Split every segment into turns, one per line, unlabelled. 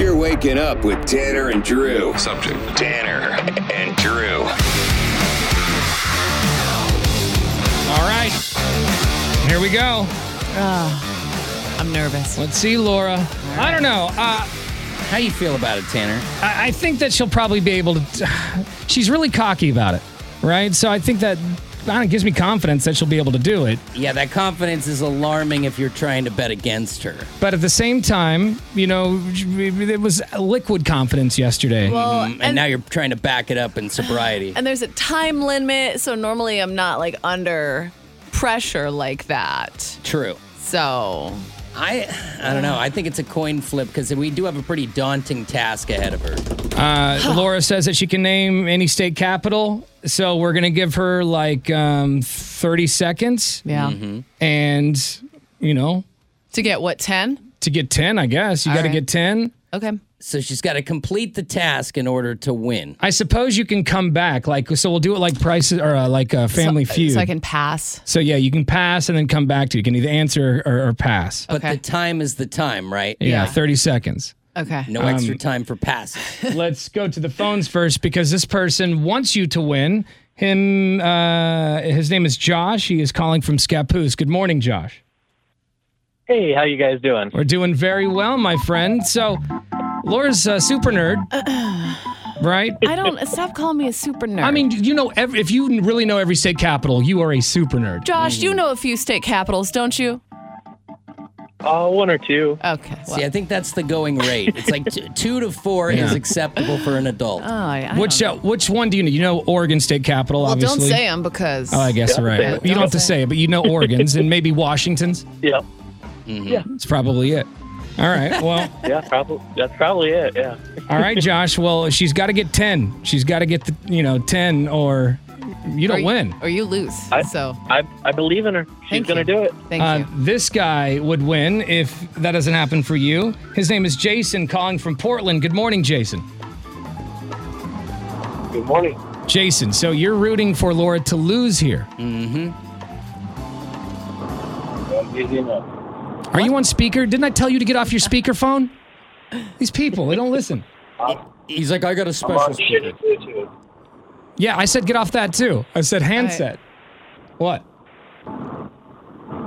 You're waking up with Tanner and Drew.
Subject.
Tanner and Drew.
All right. Here we go.
I'm nervous.
Let's see, Laura. I don't know. Uh,
How you feel about it, Tanner?
I, I think that she'll probably be able to. She's really cocky about it, right? So I think that I don't know, gives me confidence that she'll be able to do it.
Yeah, that confidence is alarming if you're trying to bet against her.
But at the same time, you know, it was liquid confidence yesterday.
Well,
Mm, And, now you're trying to back it up in sobriety.
and there's a time limit, so normally I'm not like under pressure like that.
True.
So
I I don't know. I think it's a coin flip because we do have a pretty daunting task ahead of her.
Uh, Laura says that she can name any state capital. So we're going to give her like um, 30 seconds
yeah,
Mm-hmm.
and, you know,
to get what ten?
to get 10, I guess. You got to
right.
get 10.
Okay,
So she's got to complete the task in order to win.
I suppose you can come back. Like, so we'll do it like prices or uh, like uh, Family
so,
Feud.
So I can pass.
So, yeah, you can pass and then come back to. You can either answer or, or pass.
But
Okay.
the time is the time, right?
yeah, 30 seconds.
Okay.
No extra time for passes.
Let's go to the phones first because this person wants you to win. Him, uh, his name is Josh. He is calling from Scappoose. Good morning, Josh.
Hey, how you guys doing?
We're doing very well, my friend. So, Laura's a super nerd, right?
I don't stop calling me a super nerd.
I mean, you know, every, if you really know every state capital, you are a super nerd.
Josh,
Mm-hmm.
you know a few state capitals, don't you?
Uh, one or two.
Okay. well-
See, I think that's the going rate. It's like t- two to four is acceptable for an adult.
Oh, I- I
Which
don't-
uh, which one do you know? You know Oregon state capital,
Well,
obviously.
don't say them because
Oh, I guess you're right.
Yeah,
you don't
don't
have to
say
say it, but you know Oregon's and maybe Washington's.
Yeah,
That's probably it. All right. Well.
yeah, probably. That's probably it. Yeah.
All right, Josh. Well, she's got to get ten. She's got to get the you know ten, or you
or
don't
you-
win.
or you lose.
I,
so
I, I believe in her. She's
Thank
gonna
you.
do it.
thank
Uh,
you.
this guy would win if that doesn't happen for you. His name is Jason, calling from Portland. Good morning, Jason.
Good morning.
Jason, so you're rooting for Laura to lose here.
That's easy enough.
Are you on speaker? Didn't I tell you to get off your speakerphone? These people, they don't listen.
He's like, I got a
I'm
special.
on
speaker."
shitty Bluetooth.
Yeah, I said get off that too. I said handset. What?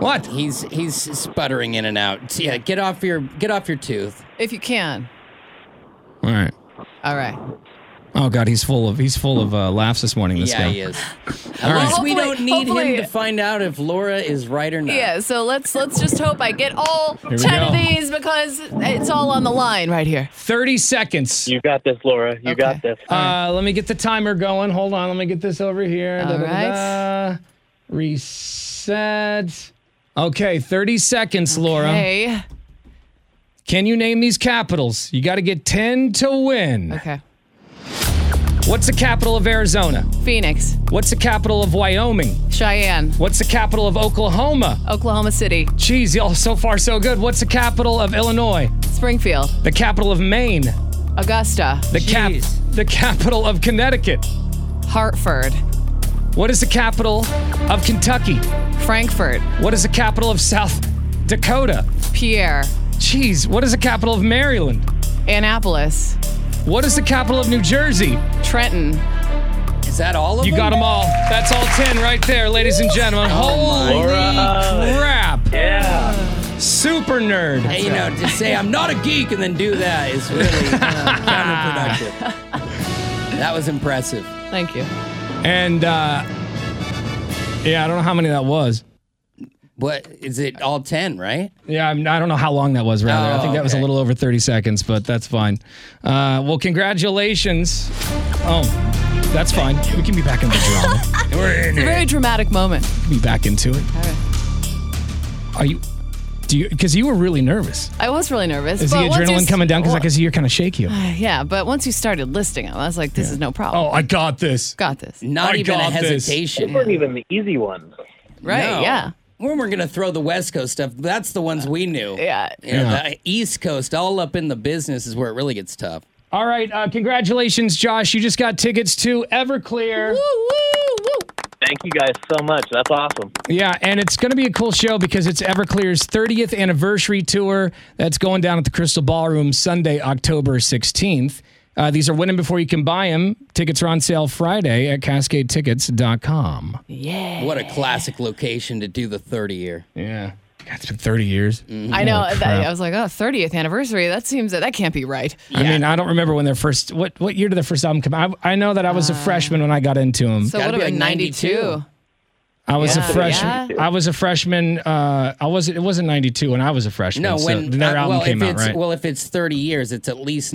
What?
He's he's sputtering in and out. Yeah, get off your get off your tooth.
if you can.
All right.
All right.
Oh God, he's full of he's full of uh, laughs this morning. This
yeah,
guy.
he is. At
All right.
least we
Hopefully-
don't need
hopefully-
him to find out if Laura is right or not.
Yeah, so let's let's just hope I get all
we
ten
go.
of these because it's all on the line right here.
30 seconds.
You got this, Laura. You got
Okay.
this.
Uh, let me get the timer going. Hold on. Let me get this over here.
All
Da-da-da-da. Reset. Okay, 30 seconds, Laura.
Hey.
Can you name these capitals? You got to get 10 to win.
Okay.
What's the capital of Arizona?
Phoenix,
What's the capital of Wyoming?
Cheyenne,
What's the capital of Oklahoma?
Oklahoma City,
Geez, y'all, so far so good. What's the capital of Illinois?
Springfield,
The capital of Maine?
Augusta,
The cap
Jeez.
the capital of Connecticut?
Hartford,
What is the capital of Kentucky?
Frankfurt,
What is the capital of South Dakota?
Pierre,
Jeez, what is the capital of Maryland?
Annapolis,
What is the capital of New Jersey?
Trenton.
Is that all of
You
them?
got them all. That's all 10 right there, ladies and gentlemen. Holy crap.
yeah.
Super nerd.
Hey, you know, to say I'm not a geek and then do that is really uh, counterproductive. that was impressive.
Thank you.
And, uh, yeah, I don't know how many that was.
What is it? All ten, right?
Yeah, I'm, I don't know how long that was, rather. I
Oh,
think that was a
okay.
little over 30 seconds, but that's fine. Uh, well, congratulations. Oh, that's fine. We can be back in the drama.
It's a very dramatic moment.
be back into it. Are you? Do you? Because you were really nervous.
I was really nervous.
Is
but
the
once you
adrenaline
s-
coming down? Because I
well,
can see you're kind of shaky.
Yeah, but once you started listing them, I was like, this is no problem.
Oh, I got this.
Got this.
Not
I
even a
got this.
hesitation.
weren't even the easy ones.
Right,
No.
yeah.
When we're gonna throw the West Coast stuff, that's the ones we knew.
yeah.
You know,
Yeah.
The East Coast, all up in the business, is where it really gets tough.
All right, uh, congratulations, Josh. You just got tickets to Everclear.
Thank you guys so much. That's awesome.
Yeah, and it's going to be a cool show because it's Everclear's 30th anniversary tour that's going down at the Crystal Ballroom Sunday, October 16th. Uh, these are winning before you can buy them. Tickets are on sale Friday at CascadeTickets.com.
What
Eh.
a classic location to do the 30 year.
Yeah. God, it's been 30 years.
Mm-hmm.
I know. that-
crap.
I was like, oh, 30th anniversary. That seems that that can't be right.
I mean, I don't remember when their first, what, what year did their first album come out? I, I know that I was a
Uh,
freshman when I got into them.
So
Gotta
what
be
about
like
92?
I was
Yeah.
a freshman.
Yeah.
I was a freshman. Uh, I was. It wasn't '92 when I was a freshman.
No,
so
when
their
uh,
album
well,
came
if
out,
it's,
right?
Well, if it's 30 years, it's at least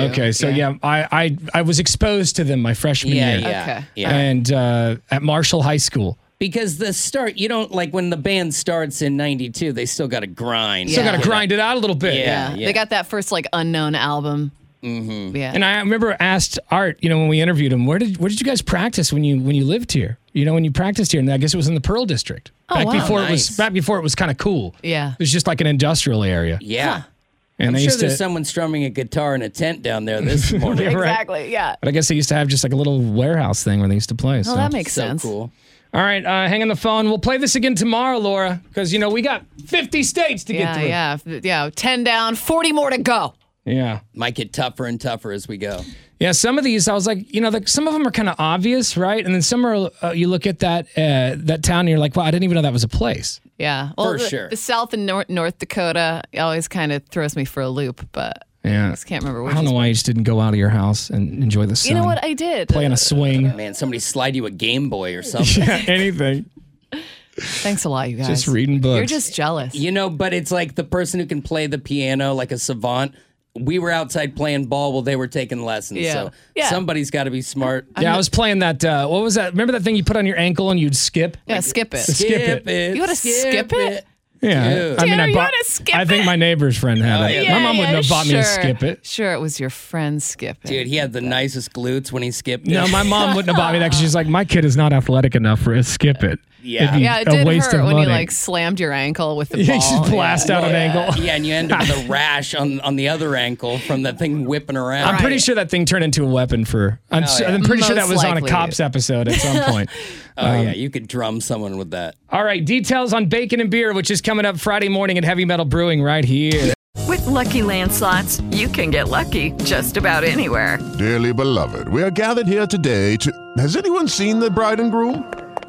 92.
okay, so yeah, I, I I was exposed to them my freshman
Yeah,
year.
yeah,
Okay.
yeah.
And uh, at Marshall High School,
Because the start, you don't like when the band starts in 92, they still got to grind.
so I got to grind it out a little bit.
Yeah.
They got that first like unknown album. Mm-hmm. Yeah.
And I remember asked Art, you know, when we interviewed him, where did where did you guys practice when you when you lived here? You know, when you practiced here, and I guess it was in the Pearl District.
Oh,
back
wow.
before it was
Nice.
back before it was kind of cool.
Yeah.
It was just like an industrial area.
Yeah.
And
I'm
they
sure
used
there's
to
someone strumming a guitar in a tent down there this morning.
right.
exactly. Yeah.
But I guess they used to have just like a little warehouse thing where they used to play.
Well,
so.
Oh, that makes
so
sense.
cool.
All right, uh, hang on the phone. We'll play this again tomorrow, Laura, because you know we got 50 states to get
Yeah,
through.
Uh, yeah, F- yeah. Ten down, forty more to go.
yeah,
Might get tougher and tougher as we go.
yeah. Some of these, I was like, you know, like some of them are kind of obvious, right? And then some are, uh, you look at that uh, that town, and you're like, wow, I didn't even know that was a place.
Yeah, well,
For
the,
sure.
The South and North, North Dakota always kind of throws me for a loop, but
Yeah,
I just can't remember. Which
I don't know
is-
why you just didn't go out of your house and enjoy the sun.
You know what I did? Uh,
play on a swing,
Man, somebody slide you a Game Boy or something.
anything.
Thanks a lot, you guys.
Just reading books.
You're just jealous.
You know, but it's like the person who can play the piano like a savant. We were outside playing ball while they were taking lessons.
Yeah.
So
Yeah.
somebody's got to be smart.
yeah, I was playing that. Uh, what was that? Remember that thing you put on your ankle and you'd skip?
yeah, skip it.
skip it.
You gotta skip it?
Yeah, I mean, I
Tanner, you
bought.
wanna skip
I think
it? Oh,
my neighbor's friend had it.
yeah.
my mom
Yeah,
wouldn't
yeah,
have bought me a skip
sure.
it.
Sure, it was your friend skip it.
Dude, he had the nicest glutes when he skipped it.
No, my mom wouldn't have bought me that because she's like, my kid is not athletic enough for it. Skip it.
Yeah.
It'd be
yeah, it
a
did
waste
hurt
of
when
money.
you like slammed your ankle with the
Yeah,
ball.
you just blast out an angle.
Yeah, and you end up with a rash on, on the other ankle from the thing whipping around.
I'm pretty sure that thing turned into a weapon for. I'm, s- I'm pretty sure that
Most
was on a
likely.
cops episode at some point.
Oh, yeah, you could drum someone with that.
All right, details on bacon and beer, which is coming up Friday morning at Heavy Metal Brewing right here.
With Lucky Land slots, you can get lucky just about anywhere.
Dearly beloved, we are gathered here today to. Has anyone seen the bride and groom?